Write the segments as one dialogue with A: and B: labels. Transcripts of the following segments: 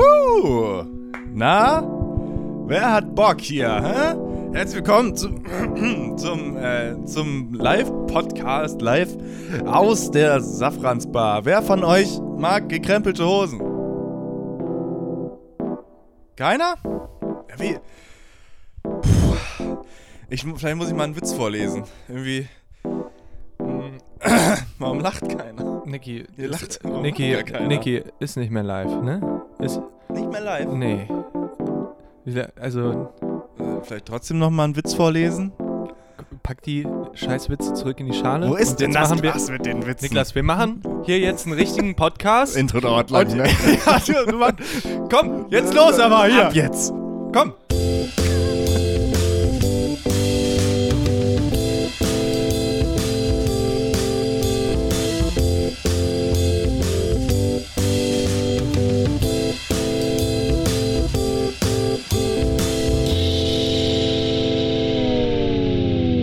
A: Juhu! Na? Wer hat Bock hier? Hä? Herzlich willkommen zum, zum, äh, zum Live-Podcast, live aus der Safransbar. Wer von euch mag gekrempelte Hosen? Keiner? Ja, wie? Puh. Ich, mu- vielleicht muss ich mal einen Witz vorlesen. Irgendwie. Hm. Warum lacht keiner?
B: Niki,
A: Ihr lacht
B: ist,
A: immer,
B: Niki,
A: macht ja keiner.
B: Niki ist nicht mehr live, ne? Ist,
A: Nicht mehr live.
B: nee. Wie la- Also,
A: Äh, Vielleicht trotzdem nochmal einen Witz vorlesen?
B: pack die Scheißwitze zurück in die Schale.
A: Wo ist
B: und
A: denn
B: jetzt
A: das
B: machen wir,
A: Glas mit den Witzen?
B: Niklas, wir machen hier jetzt einen richtigen Podcast.
C: Intro dauert lang, ne?
B: ja, du, du mach- komm, jetzt los aber hier.
A: Ab jetzt.
B: Komm.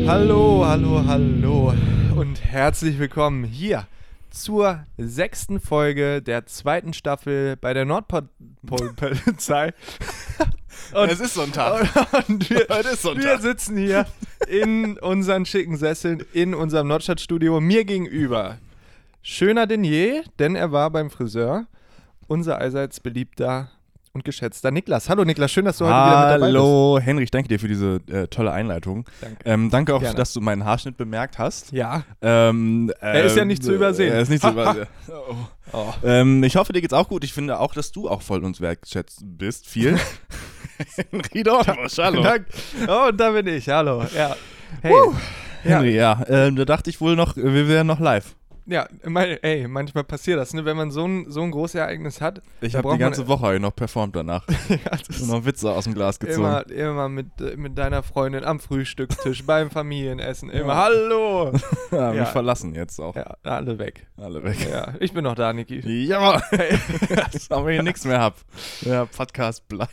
B: Hallo, hallo, hallo und herzlich willkommen hier zur sechsten Folge der zweiten Staffel bei der Nordpol-Polizei. Und-
C: es ist so ein Tag.
B: Und wir,
C: Heute ist Sonntag.
B: wir sitzen hier in unseren schicken Sesseln, in unserem Nordstadtstudio, mir gegenüber. Schöner denn je, denn er war beim Friseur, unser allseits beliebter und geschätzter Niklas. Hallo Niklas, schön, dass du heute wieder mit dabei bist.
A: Hallo, Henrich, danke dir für diese äh, tolle Einleitung.
B: Danke.
A: Ähm, danke auch,
B: Gerne.
A: dass du meinen Haarschnitt bemerkt hast.
B: Ja,
A: Ähm,
B: Er ist ja
A: ähm,
B: nicht zu übersehen.
A: Er ist nicht zu übersehen.
B: oh.
A: ähm, ich hoffe, dir geht's auch gut. Ich finde auch, dass du auch voll uns wertschätzt bist. Viel. Henry Dorfus,
B: Dank. oh, und da bin ich, hallo. Ja. Hey, Ja.
A: Henry, ja. Ähm, da dachte ich wohl noch, äh, wir wären noch live.
B: ja, mein, ey, manchmal passiert das, ne? wenn man so ein, so ein großes Ereignis hat.
A: Ich
B: da
A: habe
B: braucht
A: die
B: man-
A: ganze Woche noch performt danach.
B: ja, das
A: Und noch Witze aus dem Glas gezogen.
B: Immer, immer mit, äh, mit deiner Freundin am Frühstückstisch, beim Familienessen, immer Hallo!
A: ja, Ah, mich
B: Ja.
A: verlassen jetzt auch.
B: Ja, alle weg.
A: Alle weg.
B: Ja, ich bin noch da, Niki.
A: Jawohl. Dass ich hier nichts mehr hab. Der Podcast bleibt.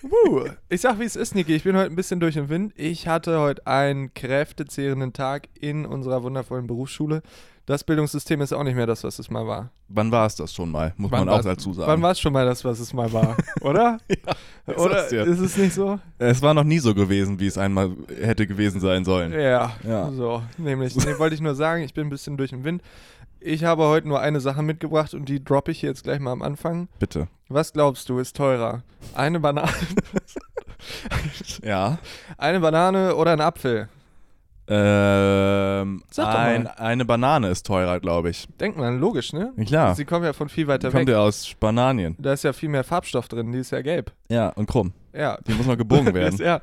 B: Ich sag, wie es ist, Niki. Ich bin heute ein bisschen durch den Wind. Ich hatte heute einen kräftezehrenden Tag in unserer wundervollen Berufsschule. Das Bildungssystem ist auch nicht mehr das, was es mal war.
A: Wann war es das schon mal? Muss
B: Wann
A: man auch
B: war's-
A: dazu sagen.
B: Wann war es schon mal das, was es mal war? Oder?
A: ich
B: Oder
A: sag's dir.
B: ist es nicht so?
A: es war noch nie so gewesen, wie es einmal hätte gewesen sein sollen.
B: Ja,
A: Ja.
B: so, nämlich, nee, wollte ich nur sagen, ich bin ein bisschen durch den Wind. Ich habe heute nur eine Sache mitgebracht und die droppe ich hier jetzt gleich mal am Anfang.
A: Bitte.
B: Was glaubst du, ist teurer? Eine Banane,
A: Ja.
B: eine Banane oder ein Apfel?
A: Ähm,
B: Sag doch mal.
A: ein, eine Banane ist teurer, glaube ich.
B: Denkt man, logisch, ne?
A: Klar.
B: Sie kommen ja von viel weiter
A: Kommt
B: weg.
A: ja aus Spanien.
B: Da ist ja viel mehr Farbstoff drin, die ist ja gelb.
A: Ja, und krumm.
B: Ja.
A: Die muss noch gebogen
B: Die
A: werden.
B: ist- ja.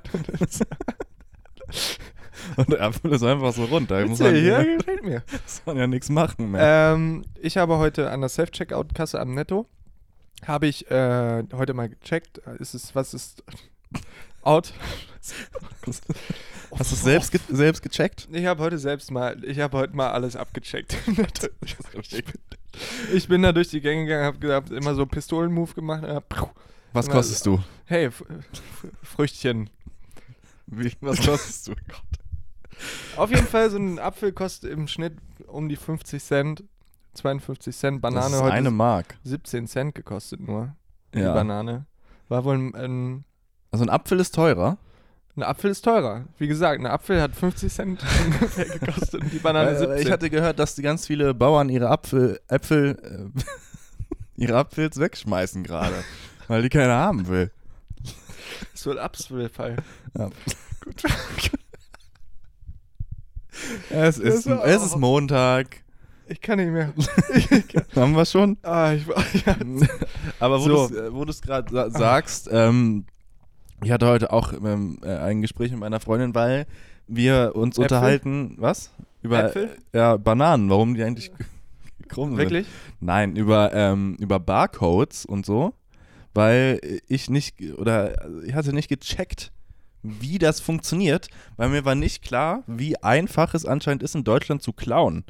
A: Und der Apfel ist einfach so rund. Da muss man,
B: Witzig, ja, gefällt mir.
A: muss man ja nichts machen mehr.
B: Ähm, ich habe heute an der Self-Checkout-Kasse am Netto, habe ich äh, heute mal gecheckt, ist es, was ist out?
A: Hast du es selbst, ge selbst gecheckt?
B: Ich habe heute selbst mal, ich habe heute mal alles abgecheckt. ich bin da durch die Gänge gegangen, habe hab immer so Pistolen-Move gemacht. und hab,
A: Was kostest du?
B: hey, F- F- Früchtchen.
A: Wie, was kostest du?
B: Auf jeden Fall, so ein Apfel kostet im Schnitt um die 50 Cent, 52 Cent.
A: das
B: Banane
A: ist
B: heute
A: eine Mark.
B: 17 Cent gekostet nur. Die
A: Ja.
B: Banane. War wohl ein, ein,
A: Also ein Apfel ist teurer.
B: ein Apfel ist teurer. Wie gesagt, ein Apfel hat 50 Cent ungefähr gekostet und die Banane
A: Weil, äh,
B: 17.
A: ich hatte gehört, dass die ganz viele Bauern ihre Apfel, Äpfel, äh, ihre Apfels wegschmeißen gerade, weil die keiner haben will.
B: das wird Apfelfall.
A: Ja. Es ist,
B: war-
A: es ist Montag,
B: Ich kann nicht mehr.
A: haben wir schon.
B: Ah, ich war, ja.
A: Aber
B: So.
A: wo so. du es gerade sa sagst, ähm, ich hatte heute auch ähm, äh, ein Gespräch mit meiner Freundin, weil wir uns
B: Äpfel?
A: unterhalten, was? Über
B: Äpfel?
A: äh, Ja, Bananen, warum die eigentlich krumm sind.
B: Wirklich?
A: Nein, über, ähm, über Barcodes und so, weil ich nicht, oder also ich hatte nicht gecheckt, wie das funktioniert, weil mir war nicht klar, wie einfach es anscheinend ist, in Deutschland zu klauen.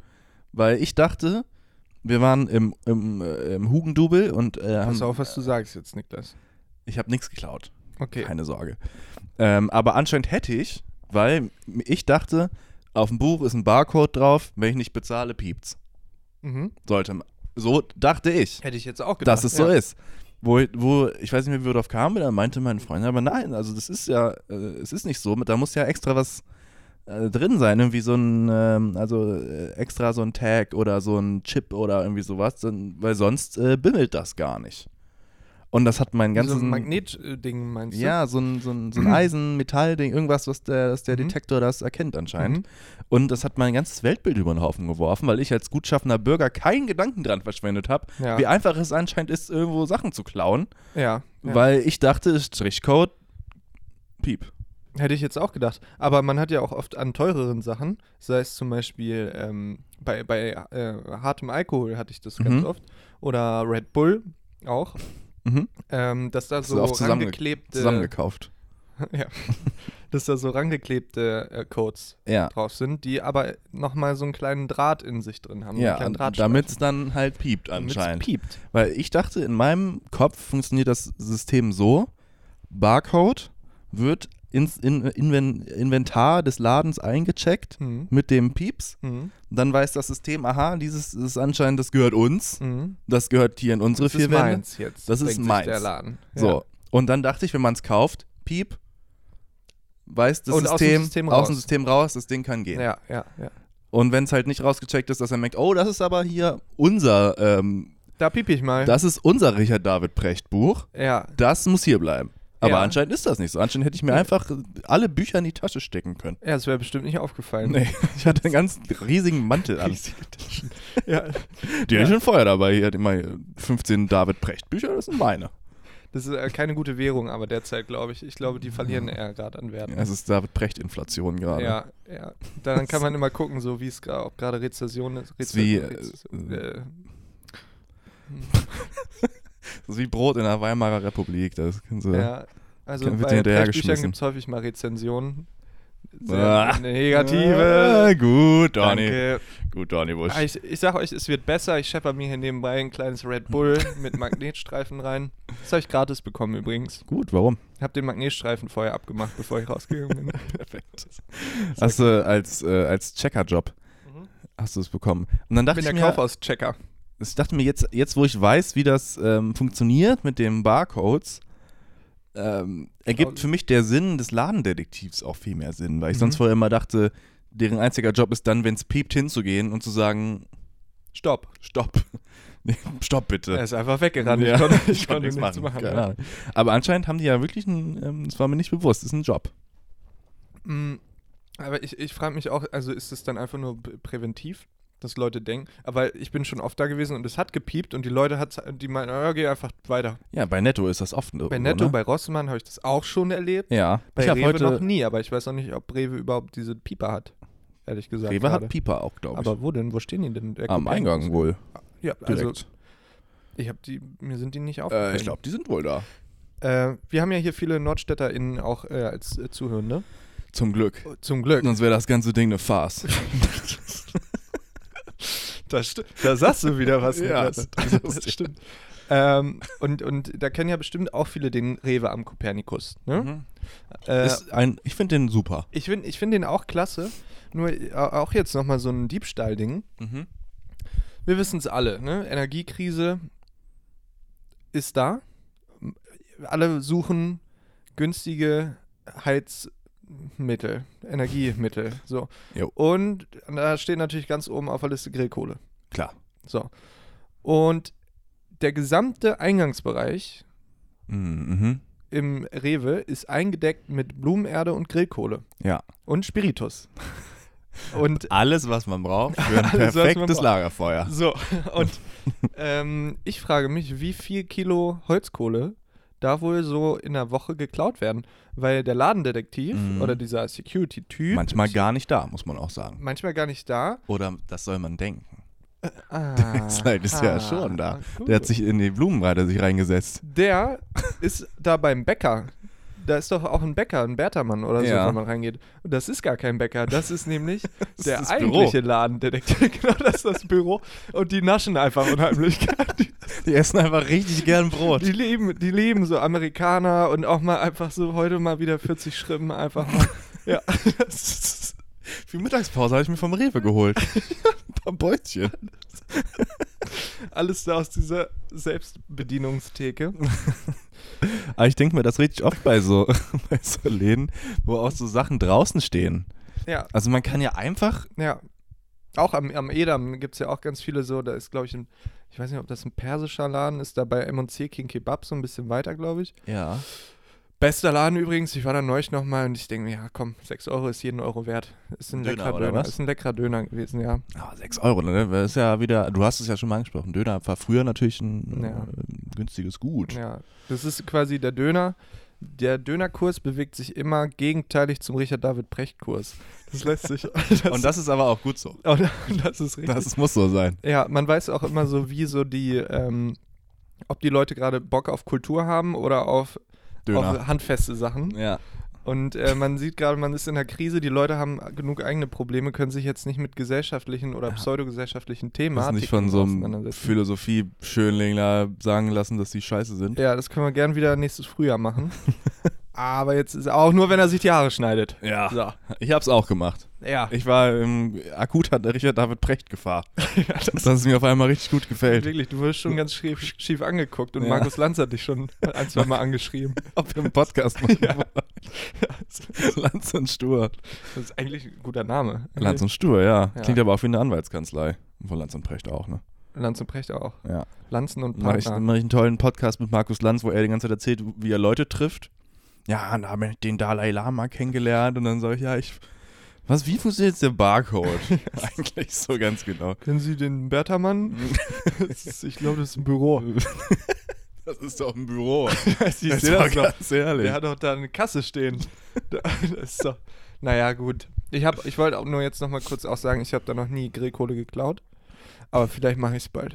A: Weil ich dachte, wir waren im, im, äh, im Hugendubel und äh,
B: Pass
A: haben,
B: auf, was du sagst jetzt, Niklas.
A: ich habe nichts geklaut,
B: Okay.
A: keine Sorge. Ähm, aber anscheinend hätte ich, weil ich dachte, auf dem Buch ist ein Barcode drauf, wenn ich nicht bezahle, piept's.
B: Mhm.
A: Sollte, so dachte ich.
B: Hätte ich jetzt auch gedacht.
A: dass es so ist. wo, wo, ich weiß nicht mehr, wie wir darauf kamen, da meinte mein Freund, aber nein, also das ist ja, äh, es ist nicht so, da muss ja extra was äh, drin sein, irgendwie so ein, ähm, also äh, extra so ein Tag oder so ein Chip oder irgendwie sowas, dann, weil sonst äh, bimmelt das gar nicht. Und das hat mein ganzes.
B: so ein Magnetding meinst du?
A: Ja, so ein, so ein, so ein Eisen, Metallding, irgendwas, was der, dass der
B: Mhm.
A: Detektor das erkennt anscheinend.
B: Mhm.
A: Und das hat mein ganzes Weltbild über den Haufen geworfen, weil ich als gutschaffender Bürger keinen Gedanken dran verschwendet habe,
B: Ja.
A: wie einfach es anscheinend ist, irgendwo Sachen zu klauen,
B: Ja. ja.
A: weil ich dachte, Strichcode, piep.
B: Hätte ich jetzt auch gedacht. Aber man hat ja auch oft an teureren Sachen, sei es zum Beispiel ähm, bei, bei äh, hartem Alkohol hatte ich das ganz
A: Mhm.
B: oft, oder Red Bull auch,
A: Mhm.
B: ähm, dass da
A: ist
B: so
A: oft zusammenge-
B: rangeklebte,
A: Zusammengekauft.
B: ja, dass da so rangeklebte äh, Codes
A: Ja.
B: drauf sind, die aber nochmal so einen kleinen Draht in sich drin haben.
A: Ja,
B: einen kleinen
A: damit es dann halt piept
B: Damit's
A: anscheinend.
B: piept.
A: Weil ich dachte, in meinem Kopf funktioniert das System so: Barcode wird ins in, Inven, Inventar des Ladens eingecheckt
B: Mhm.
A: mit dem Pieps.
B: Mhm.
A: Dann weiß das System, aha, dieses ist anscheinend, das gehört uns.
B: Mhm.
A: Das gehört hier in unsere
B: Das
A: vier
B: ist
A: Wände.
B: meins jetzt.
A: Das ist
B: denkt sich
A: meins.
B: Der Laden.
A: So. Und dann dachte ich, wenn man es kauft, Piep, weiß das
B: Und aus dem
A: System,
B: System
A: aus
B: raus.
A: dem System raus, das Ding kann
B: Ja.
A: gehen.
B: ja, ja, ja.
A: Und wenn es halt nicht rausgecheckt ist, dass er merkt, oh, das ist aber hier unser, ähm,
B: Da piep ich mal.
A: das ist unser Richard David Precht Buch.
B: ja,
A: das muss hier bleiben. Aber
B: Ja.
A: anscheinend ist das nicht so. Anscheinend hätte ich mir einfach alle Bücher in die Tasche stecken können.
B: Ja, es wäre bestimmt nicht aufgefallen.
A: Nee, ich hatte einen ganz riesigen Mantel an.
B: Ja,
A: Die hätte ich schon vorher dabei. Ich hatte immer 15 David Precht Bücher, das sind meine.
B: das ist äh, keine gute Währung, aber derzeit glaube ich. Ich glaube, die verlieren eher gerade an Wert.
A: Ja, es ist David Precht Inflation gerade.
B: Ja, ja. Dann kann man immer gucken, so wie es gra- ob gerade Rezession ist.
A: Ist wie, äh,
B: Rezession, äh,
A: Das ist wie Brot in der Weimarer Republik. Das können sie.
B: ja. Also
A: Kann- wird
B: bei
A: dir
B: Büchern
A: hinterhergeschmissen.
B: gibt es häufig mal Rezensionen. Sehr
A: Ah.
B: negative.
A: Ah, gut, Donny.
B: Danke.
A: Gut, Donny Busch.
B: Ah, Ich, ich sag euch, es wird besser. Ich schepper mir hier nebenbei ein kleines
A: Hm.
B: Red Bull mit Magnetstreifen rein. Das habe ich gratis bekommen übrigens.
A: Gut, warum?
B: Ich habe den Magnetstreifen vorher abgemacht, bevor ich rausgegangen bin.
A: Perfekt. Hast du als, äh, als Checkerjob
B: Mhm.
A: hast du es bekommen. Und dann
B: Ich
A: dachte
B: bin
A: ich
B: der
A: mir,
B: Kaufhauschecker.
A: ich dachte mir jetzt, jetzt wo ich weiß, wie das ähm, funktioniert mit den Barcodes, ähm, ergibt
B: Schau-
A: für mich der Sinn des Ladendetektivs auch viel mehr Sinn, weil ich sonst
B: Genau. Mhm.
A: vorher immer dachte, deren einziger Job ist dann, wenn es piept, hinzugehen und zu sagen,
B: Stopp.
A: stopp, stopp bitte.
B: Er ist einfach weggerannt.
A: Ja,
B: Ich konnte, ich
A: Kann
B: konnte nichts machen.
A: keine Ahnung. Aber anscheinend haben die ja wirklich einen, ähm, das war mir nicht bewusst, ist ein Job.
B: Mm, Aber ich, ich frage mich auch, also ist es dann einfach nur p- präventiv, dass Leute denken, aber ich bin schon oft da gewesen und es hat gepiept und die Leute hat, die meinen, oh, geh einfach weiter.
A: Ja, bei Netto ist das oft
B: Bei
A: irgendwo,
B: Netto,
A: ne?
B: bei Rossmann habe ich das auch schon erlebt.
A: ja,
B: Bei
A: ich habe
B: Rewe noch
A: heute,
B: nie, aber ich weiß auch nicht, ob Rewe überhaupt diese Pieper hat. Ehrlich gesagt.
A: Rewe
B: gerade.
A: hat Pieper auch, glaube ich.
B: Aber wo denn? Wo stehen die denn? Der
A: Am
B: Coupon-
A: Eingang wohl,
B: Ja, also
A: direkt.
B: ich habe die, mir sind die nicht aufgefallen.
A: äh, ich glaube, die sind wohl da.
B: Äh, wir haben ja hier viele NordstädterInnen auch äh, als äh, Zuhörende.
A: Zum Glück.
B: Zum Glück.
A: Sonst wäre das ganze Ding eine Farce.
B: Da, sti- da sagst du wieder was.
A: Ja,
B: Niklas. das, stimmt. ähm, und, und da kennen ja bestimmt auch viele den Rewe am Kopernikus. Ne? Äh,
A: Mhm. Ist ein, ich finde den super.
B: ich finde ich find den auch klasse. Nur äh, auch jetzt nochmal so ein Diebstahl-Ding.
A: Mhm.
B: Wir wissen es alle, ne? Energiekrise ist da. Alle suchen günstige Heizmittel, Energiemittel. So.
A: Jo.
B: Und da steht natürlich ganz oben auf der Liste Grillkohle.
A: Klar.
B: So. Und der gesamte Eingangsbereich
A: Mhm.
B: im Rewe ist eingedeckt mit Blumenerde und Grillkohle
A: Ja.
B: und Spiritus. Und
A: Alles, was man braucht für ein
B: Alles, was man braucht.
A: Lagerfeuer.
B: so, und ähm, ich frage mich, wie viel Kilo Holzkohle da wohl so in der Woche geklaut werden? Weil der Ladendetektiv
A: Mhm.
B: oder dieser Security-Typ
A: Manchmal gar nicht da, muss man auch sagen.
B: manchmal gar nicht da.
A: Oder das soll man denken.
B: Ah,
A: ist halt- ist ja schon da. Der hat
B: gut.
A: sich in die Blumenreiter sich reingesetzt.
B: Der ist da beim Bäcker. Da ist doch auch ein Bäcker, ein Bertermann oder so,
A: Ja.
B: wenn man reingeht. Und das ist gar kein Bäcker, das ist nämlich
A: Das
B: der
A: ist das Büro.
B: eigentliche Ladendetektiv. genau, das ist das Büro. Und die naschen einfach unheimlich. die,
A: Die essen einfach richtig gern Brot.
B: die, leben, die leben so Amerikaner und auch mal einfach so heute mal wieder 40 Schrippen einfach mal. Ja, das ist,
A: Für die Mittagspause habe ich mir vom Rewe geholt. Ein paar Brötchen.
B: Alles da aus dieser Selbstbedienungstheke.
A: Aber ich denke mir das richtig oft bei so, bei so Läden, wo auch so Sachen draußen stehen.
B: Ja,
A: Also man kann ja einfach,
B: ja. Auch am, am Edam gibt es ja auch ganz viele so, da ist, glaube ich, ein, ich weiß nicht, ob das ein persischer Laden ist, da bei M&C King Kebab so ein bisschen weiter, glaube ich.
A: ja,
B: Bester Laden übrigens, ich war da neulich nochmal und ich denke mir, ja komm, 6 Euro ist jeden Euro wert. Ist ein
A: Döner,
B: leckerer
A: oder
B: Döner,
A: was?
B: ist ein leckerer Döner gewesen, ja.
A: aber 6 Euro, ne? Das ist ja wieder, du hast es ja schon mal angesprochen, Döner war früher natürlich ein
B: Ja.
A: äh, günstiges Gut.
B: Ja, das ist quasi der Döner. Der Dönerkurs bewegt sich immer gegenteilig zum Richard David Precht Kurs. Das lässt sich. Das,
A: Und das ist aber auch gut so.
B: und das ist richtig.
A: Das muss so sein.
B: Ja, man weiß auch immer so, wie so die, ähm, ob die Leute gerade Bock auf Kultur haben oder auf,
A: Döner.
B: auf handfeste Sachen.
A: Ja.
B: Und äh, man sieht gerade, man ist in der Krise, die Leute haben genug eigene Probleme, können sich jetzt nicht mit gesellschaftlichen oder
A: Ja.
B: pseudogesellschaftlichen
A: Das ist
B: Themen
A: nicht von so einem Philosophie-Schönlingler sagen lassen, dass die scheiße sind.
B: Ja, das können wir gern wieder nächstes Frühjahr machen. Aber jetzt ist auch nur, wenn er sich die Haare schneidet.
A: Ja.
B: So.
A: Ich hab's auch gemacht.
B: Ja.
A: Ich war im akut hat Richard David Precht Gefahr. das, ist mir auf einmal richtig gut gefällt.
B: Wirklich, du wirst schon ganz schief, schief angeguckt und
A: Ja.
B: Markus Lanz hat dich schon ein, zwei Mal angeschrieben.
A: Ob wir einen Podcast machen wollen. Lanz und Stur.
B: Das ist eigentlich ein guter Name.
A: Lanz und Stur, ja.
B: Ja.
A: Klingt aber auch wie eine Anwaltskanzlei. Von Lanz und Precht auch, ne?
B: Lanz und Precht auch.
A: Ja.
B: Lanzen und
A: Mache ich,
B: Partner.
A: mach ich einen tollen Podcast mit Markus Lanz, wo er die ganze Zeit erzählt, wie er Leute trifft. Ja, und da habe ich den Dalai Lama kennengelernt und dann sage ich, ja, ich. Was, wie funktioniert jetzt der Barcode? Eigentlich so ganz genau.
B: Kennen Sie den Bertermann? Das ist- ich glaube, das ist ein Büro.
A: Das ist doch ein Büro.
B: ich
A: Ich
B: sehe das doch.
A: ganz ehrlich.
B: Der hat doch da eine Kasse stehen. Da- Das ist doch. Naja, gut. Ich, hab- ich wollte auch nur jetzt nochmal kurz auch sagen, ich habe da noch nie Grillkohle geklaut. Aber vielleicht mache ich es bald.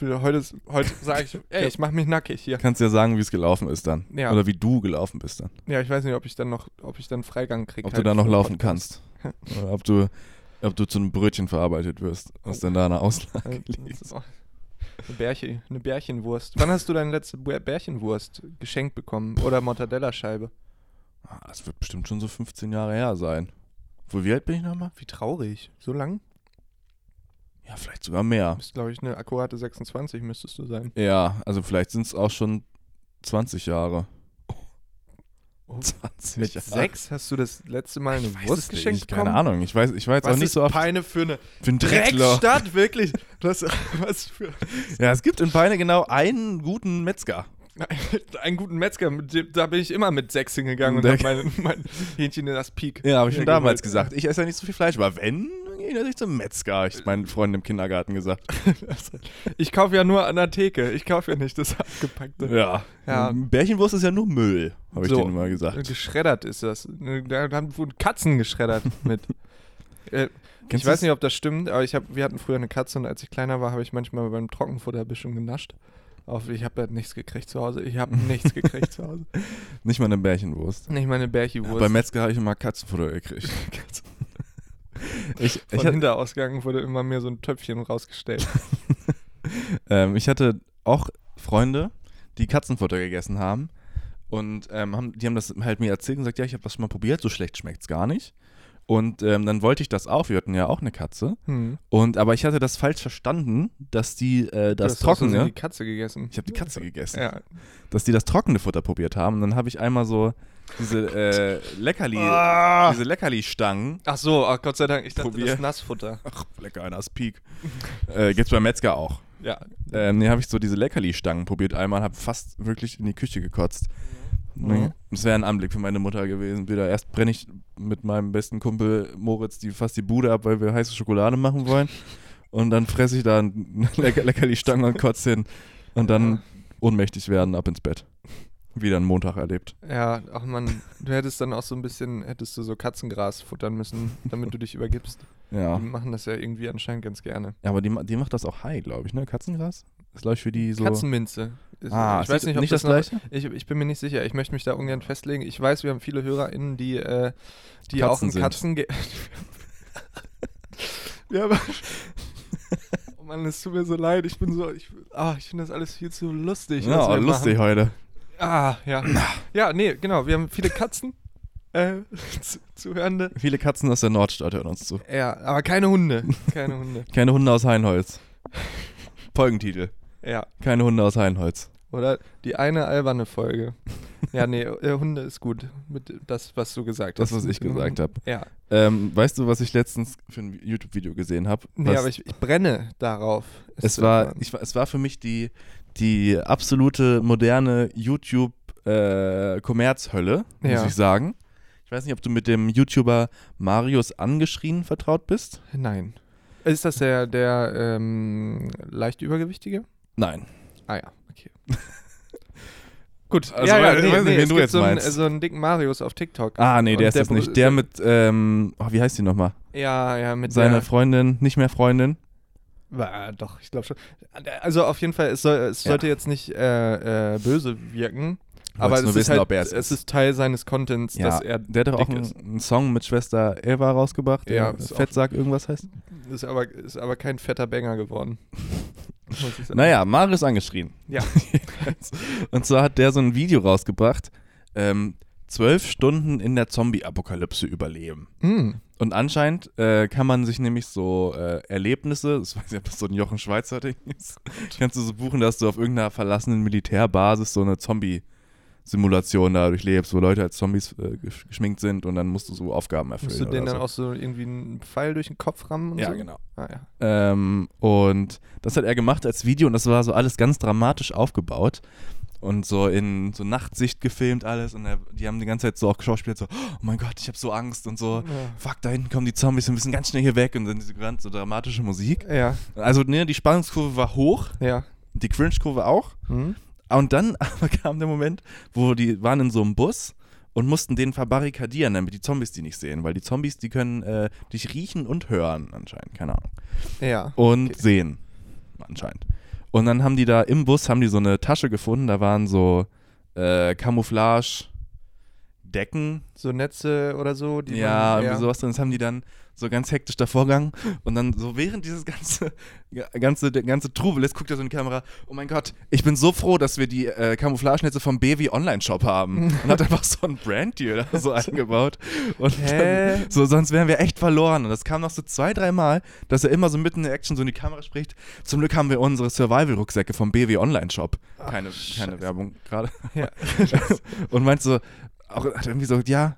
B: Heute, ist- heute sage ich, ey, ich mache mich nackig hier.
A: Kannst ja sagen, wie es gelaufen ist dann.
B: Ja.
A: Oder wie du gelaufen bist dann.
B: Ja, ich weiß nicht, ob ich dann noch, ob ich dann Freigang kriege.
A: Ob du da noch laufen kannst. Oder ob du, ob du zu einem Brötchen verarbeitet wirst, was denn da eine Auslage liegt.
B: Eine, Bärchen, eine Bärchenwurst. Wann hast du deine letzte Bär- Bärchenwurst geschenkt bekommen? Oder Mortadella-Scheibe?
A: Ah, Das wird bestimmt schon so 15 Jahre her sein. Wo wie alt bin ich nochmal?
B: Wie traurig. So lang?
A: Ja, vielleicht sogar mehr.
B: Bist, glaube ich, eine akkurate 26 müsstest du sein.
A: Ja, also vielleicht sind es auch schon 20 Jahre.
B: Oh.
A: 20
B: Mit
A: Jahre.
B: sechs hast du das letzte Mal eine
A: Ich weiß
B: Wurst
A: es
B: geschenkt
A: nicht,
B: bekommen?
A: Keine Ahnung, ich, weiß, ich war jetzt
B: Was
A: auch nicht
B: ist
A: so oft
B: Peine für eine
A: für einen Drecksloch.
B: Drecksstadt, wirklich? Das, was für
A: Ja, es gibt in Peine genau einen guten Metzger.
B: einen guten Metzger, mit dem- da bin ich immer mit sechs hingegangen und
A: Der-
B: hab mein, mein Hähnchen in das Peak.
A: Ja, genau. habe ich
B: mir
A: schon damals
B: geholt.
A: gesagt. Ich esse ja nicht so viel Fleisch, aber wenn, dann gehe ich natürlich zum Metzger, hab ich meinen Freunden im Kindergarten gesagt.
B: Ich kaufe ja nur an der Theke, ich kaufe ja nicht das abgepackte.
A: Ja.
B: Ja.
A: Bärchenwurst ist ja nur Müll, habe ich
B: So.
A: denen immer gesagt.
B: Geschreddert ist das. Da haben wurden Katzen geschreddert mit. Äh, ich
A: Kennst
B: weiß
A: du's?
B: nicht, ob das stimmt, aber ich hab, wir hatten früher eine Katze und als ich kleiner war, habe ich manchmal beim Trockenfutterbüschung genascht. Auf, ich habe nichts gekriegt zu Hause. Ich habe nichts gekriegt zu Hause.
A: Nicht mal eine Bärchenwurst.
B: Nicht meine Bärchiwurst.
A: Beim Metzger habe ich immer Katzenfutter gekriegt. ich,
B: Von
A: ich, hatte,
B: Hinterausgang wurde immer mir so ein Töpfchen rausgestellt.
A: ähm, ich hatte auch Freunde, die Katzenfutter gegessen haben. Und ähm, haben, die haben das halt mir erzählt und gesagt, ja, ich habe das schon mal probiert, so schlecht schmeckt es gar nicht. Und ähm, dann wollte ich das auch, wir hatten ja auch eine Katze.
B: Hm.
A: Und aber ich hatte das falsch verstanden, dass die äh, das
B: Du hast aus Versehen
A: trockene.
B: die Katze gegessen.
A: Ich habe die Katze gegessen.
B: Ja.
A: Dass die das trockene Futter probiert haben. Und dann habe ich einmal so diese äh, Leckerli,
B: Ah.
A: diese Leckerli-Stangen.
B: Ach so, oh Gott sei Dank, ich dachte, das
A: Probier.
B: ist Nassfutter.
A: Ach, lecker einer ist Peak. äh, gibt's beim Metzger auch.
B: Ja.
A: Ähm, nee, habe ich so diese Leckerli-Stangen probiert einmal, habe fast wirklich in die Küche gekotzt. Nee.
B: Mhm.
A: Das wäre ein Anblick für meine Mutter gewesen. Wieder erst brenne ich mit meinem besten Kumpel Moritz die, fast die Bude ab, weil wir heiße Schokolade machen wollen. Und dann fresse ich da ein Lecker Leckerli-Stangen und kotze hin. Und dann ohnmächtig werden, ab ins Bett. Wieder einen Montag erlebt.
B: Ja, ach man, du hättest dann auch so ein bisschen, hättest du so Katzengras futtern müssen, damit du dich übergibst.
A: Ja.
B: Die machen das ja irgendwie anscheinend ganz gerne.
A: Aber die, ma- die macht das auch high, glaube ich, ne? Katzengras? Das glaube ich für die so.
B: Katzenminze. Ist-
A: ah,
B: ich weiß nicht, ob
A: nicht
B: das,
A: das, gleiche?
B: Noch, ich, ich bin mir nicht sicher. Ich möchte mich da ungern festlegen. Ich weiß, wir haben viele HörerInnen, die, äh, die
A: Katzen
B: auch ein
A: sind.
B: Katzen. ja, aber. Oh Mann, es tut mir so leid. Ich bin so. Ich, ah, ich finde das alles viel zu lustig. was
A: ja,
B: wir
A: lustig heute.
B: Machen. Ah, ja. Ja, nee, genau. Wir haben viele Katzen. äh, zu, Zuhörende.
A: Viele Katzen aus der Nordstadt hören uns zu.
B: Ja, aber keine Hunde. Keine Hunde.
A: Keine Hunde aus Heinholz. Folgentitel.
B: Ja.
A: Keine Hunde aus Heinholz.
B: Oder die eine alberne Folge. Ja, nee, äh, Hunde ist gut. Mit das, was du gesagt
A: Das,
B: hast. Mhm.
A: was ich gesagt habe.
B: Ja.
A: Ähm, weißt du, was ich letztens für ein YouTube-Video gesehen habe?
B: Nee, aber ich, ich brenne darauf.
A: es,
B: zu
A: war,
B: hören.
A: ich, war- es war für mich die, die absolute moderne YouTube-Kommerzhölle, muss
B: Ja.
A: ich sagen. Ich weiß nicht, ob du mit dem YouTuber Marius Angeschrien vertraut bist.
B: Nein. Ist das der, der ähm, leicht übergewichtige?
A: Nein.
B: Ah ja, okay. Gut,
A: Also, ich weiß nicht, wen
B: es
A: du
B: gibt
A: jetzt
B: so einen,
A: meinst.
B: so einen dicken Marius auf TikTok.
A: Ah, nee,
B: Und
A: der ist das
B: Pro-
A: nicht. Der mit, ähm, oh, wie heißt die nochmal?
B: Ja, ja, mit
A: Seine
B: seiner.
A: Freundin, nicht mehr Freundin.
B: Ah, doch, ich glaube schon. Also auf jeden Fall, es, soll, es
A: Ja.
B: sollte jetzt nicht äh, äh, böse wirken, aber
A: wolltest
B: es
A: nur
B: ist,
A: wissen,
B: halt,
A: ob er es ist.
B: es ist Teil seines Contents,
A: Ja,
B: dass er
A: der hat doch auch
B: dick
A: einen,
B: ist.
A: einen Song mit Schwester Eva rausgebracht,
B: Ja,
A: der
B: ist auch-
A: Fettsack irgendwas heißt.
B: ist aber, ist aber kein fetter Banger geworden. Muss ich sagen.
A: Naja, Marius angeschrien.
B: Ja.
A: Und zwar hat der so ein Video rausgebracht, ähm, zwölf Stunden in der Zombie-Apokalypse überleben.
B: Hm.
A: Und anscheinend äh, kann man sich nämlich so äh, Erlebnisse, ich weiß nicht, ob das so ein Jochen Schweizer Ding ist, kannst du so buchen, dass du auf irgendeiner verlassenen Militärbasis so eine Zombie-Simulation dadurch lebst, wo Leute als Zombies äh, gesch- geschminkt sind und dann musst du so Aufgaben erfüllen.
B: Musst du
A: oder
B: denen dann
A: so.
B: auch so irgendwie einen Pfeil durch den Kopf rammen? Und
A: Ja,
B: so?
A: genau.
B: Ah, ja.
A: Ähm, und das hat er gemacht als Video und das war so alles ganz dramatisch aufgebaut. Und so in so Nachtsicht gefilmt alles und er, die haben die ganze Zeit so auch geschauspielt, so, oh mein Gott, ich habe so Angst und so,
B: Ja.
A: fuck, da hinten kommen die Zombies, wir müssen ganz schnell hier weg und dann diese ganz so dramatische Musik.
B: Ja,
A: Also ne, die Spannungskurve war hoch,
B: ja.
A: die Cringe-Kurve auch.
B: Hm?
A: Und dann aber kam der Moment, wo die waren in so einem Bus und mussten den verbarrikadieren, damit die Zombies die nicht sehen, weil die Zombies, die können äh, dich riechen und hören anscheinend, keine Ahnung
B: Ja.
A: und sehen. Anscheinend. Und dann haben die da im Bus haben die so eine Tasche gefunden, da waren so äh, Camouflage, Decken,
B: So Netze oder so, die
A: ja,
B: man,
A: irgendwie sowas. Und das haben die dann so ganz hektisch davor gegangen. Und dann so während dieses ganze, ja, ganze, der ganze Trubel ist, guckt er so in die Kamera, oh mein Gott, ich bin so froh, dass wir die äh, Camouflagenetze vom BW Online-Shop haben. Und hat einfach so ein Brand-Deal da so eingebaut. Und
B: Hä?
A: dann, so, sonst wären wir echt verloren. Und das kam noch so zwei, dreimal, dass er immer so mitten in der Action so in die Kamera spricht. Zum Glück haben wir unsere Survival-Rucksäcke vom BW Online-Shop.
B: Ach,
A: Keine, keine
B: Scheiße.
A: Werbung gerade
B: Ja.
A: und meint so, auch, hat irgendwie so, ja,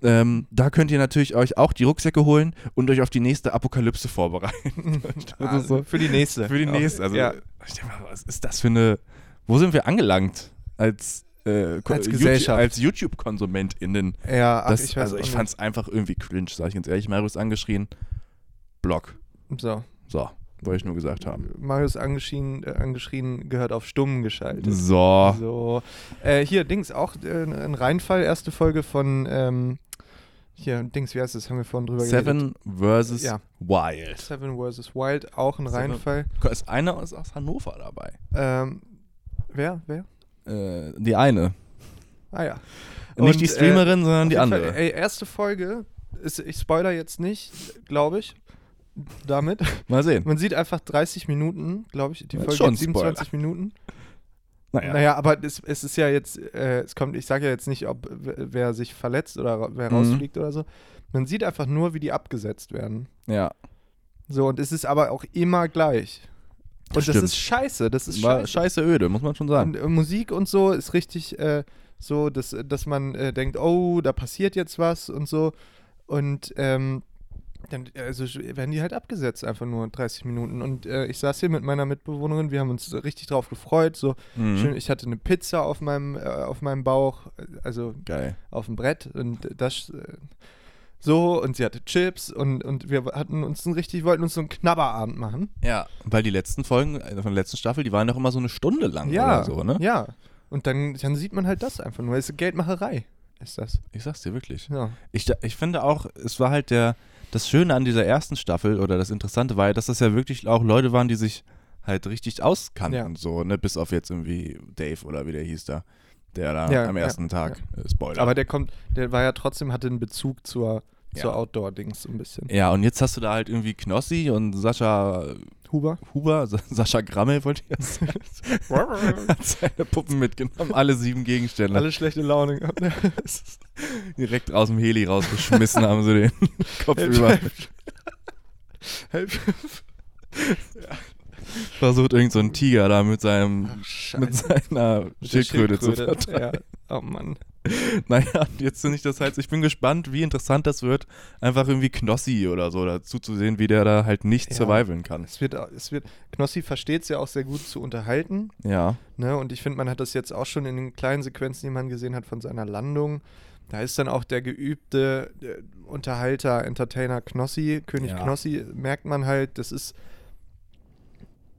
A: ähm, da könnt ihr natürlich euch auch die Rucksäcke holen und euch auf die nächste Apokalypse vorbereiten.
B: Ah, Für die nächste.
A: Für die nächste. Also,
B: ja.
A: ich denk mal, was ist das für eine, wo sind wir angelangt als, äh, Ko-
B: Als
A: YouTube-
B: Gesellschaft.
A: Als YouTube-KonsumentInnen.
B: ja ach,
A: Das,
B: ich weiß
A: also,
B: auch
A: ich
B: nicht.
A: fand es einfach irgendwie cringe, sag ich ganz ehrlich. Marius angeschrien, Block.
B: So,
A: So, wollte ich nur gesagt haben.
B: Marius angeschrien, äh, angeschrien gehört auf stumm geschaltet.
A: So.
B: So. Äh, hier, Dings, auch äh, ein Reinfall, erste Folge von, ähm, hier, Dings, wie heißt das? Haben wir vorhin drüber geredet.
A: Seven versus
B: Ja.
A: Wild.
B: Seven vs. Wild, auch ein
A: Seven.
B: Reinfall.
A: Ist einer aus, aus Hannover dabei?
B: Ähm, wer? Wer?
A: Äh, die eine.
B: Ah ja.
A: Nicht die
B: Und, äh,
A: Streamerin, sondern die
B: Auf jeden Fall,
A: andere.
B: ey, erste Folge, ist, ich spoiler jetzt nicht, glaube ich, damit.
A: Mal sehen.
B: Man sieht einfach 30 Minuten, glaube ich. Die
A: Das ist
B: Folge
A: schon
B: hat 27 Minuten.
A: Naja.
B: Naja, aber es, es ist ja jetzt, äh, es kommt, ich sage ja jetzt nicht, ob w- wer sich verletzt oder ra- wer
A: Mhm.
B: rausfliegt oder so. Man sieht einfach nur, wie die abgesetzt werden.
A: Ja.
B: So, und es ist aber auch immer gleich. Und
A: Das
B: das,
A: stimmt.
B: ist scheiße, das ist
A: War
B: scheiße.
A: scheiße öde, muss man schon sagen.
B: Und, äh, Musik und so ist richtig äh, so, dass, dass man äh, denkt, oh, da passiert jetzt was und so. Und ähm, dann also sch- werden die halt abgesetzt, einfach nur 30 Minuten. Und äh, ich saß hier mit meiner Mitbewohnerin, wir haben uns so richtig drauf gefreut. So
A: Mhm.
B: schön, ich hatte eine Pizza auf meinem, äh, auf meinem Bauch, äh, also
A: Geil.
B: auf dem Brett und das äh, so und sie hatte Chips und, und wir hatten uns einen richtig, wollten uns so einen Knabberabend machen.
A: Ja, weil die letzten Folgen äh, von der letzten Staffel, die waren doch immer so eine Stunde lang
B: Ja,
A: oder so, ne?
B: ja. Und dann, dann sieht man halt das einfach nur. Es ist Geldmacherei, ist das.
A: Ich sag's dir wirklich.
B: Ja.
A: Ich, da- ich finde auch, es war halt der, das Schöne an dieser ersten Staffel oder das Interessante war ja, dass das ja wirklich auch Leute waren, die sich halt richtig auskannten, so, ne? Bis auf jetzt irgendwie Dave oder wie der hieß da, der da
B: Ja,
A: am
B: ja,
A: ersten Tag, äh, Spoiler.
B: Aber der kommt, der war ja trotzdem, hatte einen Bezug zur,
A: Ja.
B: zur Outdoor-Dings so ein bisschen.
A: ja, und jetzt hast du da halt irgendwie Knossi und Sascha
B: Huber?
A: Huber, Sa- Sascha Grammel wollte ich jetzt sagen. hat seine Puppen mitgenommen, alle sieben Gegenstände.
B: Alle schlechte Laune gehabt.
A: Direkt aus dem Heli rausgeschmissen haben sie den Kopf über. Versucht irgend so ein Tiger da mit seinem mit
B: Scheiße.
A: seiner
B: Mit der
A: Schildkröte zu
B: Schildkröte,
A: vertreiben.
B: Ja. Oh Mann.
A: Naja, und jetzt nicht das heißt, ich bin gespannt, wie interessant das wird, einfach irgendwie Knossi oder so dazu zu sehen, wie der da halt nicht
B: Ja.
A: survivalen kann.
B: Es wird, es wird, Knossi versteht es ja auch sehr gut zu unterhalten.
A: Ja.
B: Ne? Und ich finde, man hat das jetzt auch schon in den kleinen Sequenzen, die man gesehen hat von seiner Landung. Da ist dann auch der geübte äh, Unterhalter, Entertainer Knossi, König
A: Ja.
B: Knossi, merkt man halt, das ist.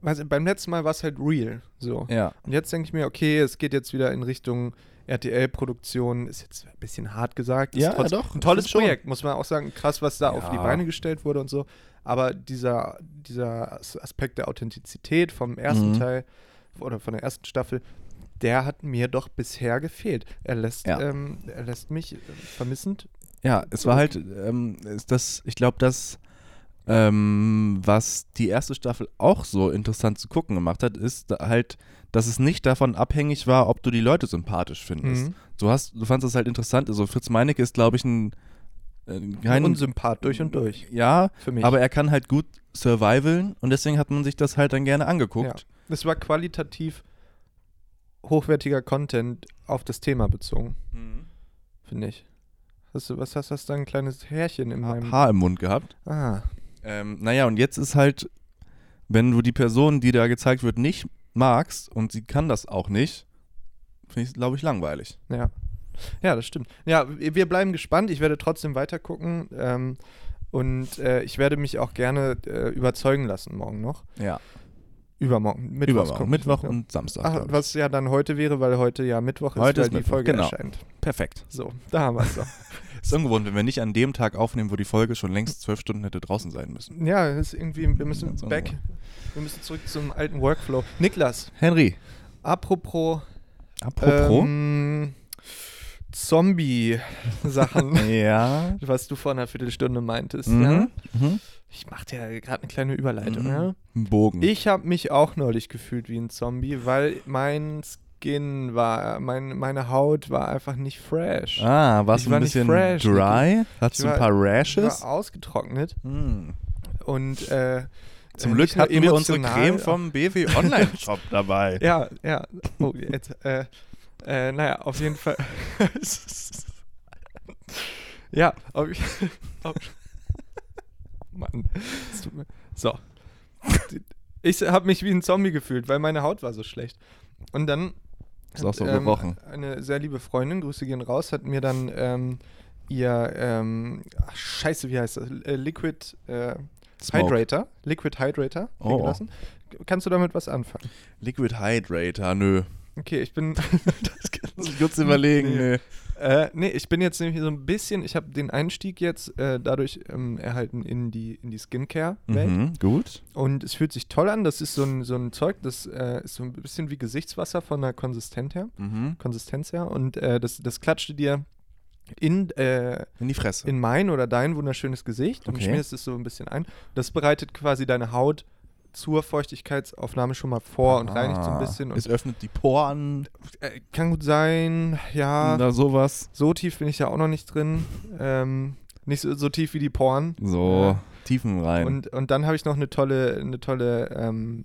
B: Weiß, ich, beim letzten Mal war es halt real. So.
A: Ja.
B: Und jetzt denke ich mir, okay, es geht jetzt wieder in Richtung RTL-Produktion. Ist jetzt ein bisschen hart gesagt. Ist
A: Ja, doch,
B: Ein tolles
A: find schon.
B: Projekt, muss man auch sagen. Krass, was da auf die
A: Ja.
B: Beine gestellt wurde und so. Aber dieser, dieser As- Aspekt der Authentizität vom ersten
A: Mhm.
B: Teil oder von der ersten Staffel, der hat mir doch bisher gefehlt. Er lässt,
A: Ja.
B: ähm, er lässt mich äh, vermissend.
A: Ja, es war halt, ähm, ist das, ich glaube, das, ähm, was die erste Staffel auch so interessant zu gucken gemacht hat, ist da halt, dass es nicht davon abhängig war, ob du die Leute sympathisch findest.
B: Mhm.
A: Du hast, du fandst es halt interessant. Also Fritz Meinecke ist, glaube ich, ein, äh, kein
B: Unsympath durch und durch.
A: Ja,
B: Für mich.
A: aber er kann halt gut survivalen und deswegen hat man sich das halt dann gerne angeguckt.
B: es war qualitativ hochwertiger Content auf das Thema bezogen. finde ich. Hast du, was hast, hast du da ein kleines Härchen in meinem
A: Haar im Mund gehabt.
B: Ah,
A: Ähm, naja, und jetzt ist halt, wenn du die Person, die da gezeigt wird, nicht magst und sie kann das auch nicht, finde ich, glaube ich, langweilig.
B: ja. Ja, das stimmt. Ja, wir wir bleiben gespannt. Ich werde trotzdem weitergucken. Ähm, und äh, ich werde mich auch gerne äh, überzeugen lassen morgen noch.
A: Ja.
B: Übermorgen. Mittwochs
A: Übermorgen,
B: kommt-
A: Mittwoch
B: ja.
A: und Samstag.
B: Ach,
A: glaub ich.
B: was ja dann heute wäre, weil heute ja Mittwoch ist,
A: Heute
B: weil
A: ist
B: die
A: Mittwoch,
B: Folge
A: genau.
B: erscheint.
A: Perfekt.
B: So, da haben wir es doch.
A: Ist ungewohnt, wenn wir nicht an dem Tag aufnehmen, wo die Folge schon längst zwölf Stunden hätte draußen sein müssen.
B: ja, es ist irgendwie, wir müssen
A: Ganz
B: back. Wir müssen zurück zum alten Workflow. Niklas,
A: Henry,
B: apropos
A: apropos.
B: Ähm, Zombie-Sachen,
A: Ähm, ja.
B: was du vor einer Viertelstunde meintest. Ja?
A: Mhm. Mhm.
B: Ich mache dir gerade eine kleine Überleitung.
A: Mhm.
B: Ja?
A: Ein Bogen.
B: Ich habe mich auch neulich gefühlt wie ein Zombie, weil mein Skin war, mein, meine Haut war einfach nicht fresh.
A: ah, warst
B: Ich
A: du
B: war
A: ein
B: nicht
A: bisschen
B: fresh,
A: dry? Hattest
B: Ich
A: du ein
B: war-
A: paar
B: Ich
A: Rashes?
B: war ausgetrocknet
A: Hm.
B: und äh,
A: Zum
B: äh,
A: Glück
B: nicht nur
A: hatten wir unsere
B: emotional,
A: Creme vom BW Online Shop dabei.
B: Ja, ja. Oh, jetzt, äh, äh, naja, auf jeden Fall. ja, auf, auf Mann. es tut mir- So. Ich habe mich wie ein Zombie gefühlt, weil meine Haut war so schlecht. Und dann.
A: Ist auch so
B: hat, ähm,
A: gebrochen.
B: Eine sehr liebe Freundin, Grüße gehen raus, hat mir dann ähm, ihr. Ähm, ach, scheiße, wie heißt das? Äh, Liquid. Äh,
A: Smoke.
B: Hydrator, Liquid Hydrator,
A: Oh.
B: liegen lassen. Kannst du damit was anfangen?
A: Liquid Hydrator, nö.
B: Okay, ich bin.
A: Muss ich kurz überlegen,
B: Nee.
A: nö.
B: äh, nee, ich bin jetzt nämlich so ein bisschen. Ich habe den Einstieg jetzt äh, dadurch ähm, erhalten in die, in die Skincare-Welt.
A: Mhm, gut.
B: Und es fühlt sich toll an. Das ist so ein, so ein Zeug, das äh, ist so ein bisschen wie Gesichtswasser von der Konsistenz her.
A: Mhm.
B: Konsistenz her. Und äh, das, das klatschte dir in, äh,
A: In die Fresse.
B: in mein oder dein wunderschönes Gesicht und
A: Okay.
B: schmierst es so ein bisschen ein. Das bereitet quasi deine Haut zur Feuchtigkeitsaufnahme schon mal vor und reinigt so
A: Ah,
B: ein bisschen.
A: Es
B: Und,
A: öffnet die Poren
B: äh, kann gut sein, ja.
A: oder sowas.
B: So tief bin ich ja auch noch nicht drin. Ähm, nicht so, so tief wie die Porn.
A: So, Tiefen rein.
B: Und, und dann habe ich noch eine tolle, eine tolle ähm,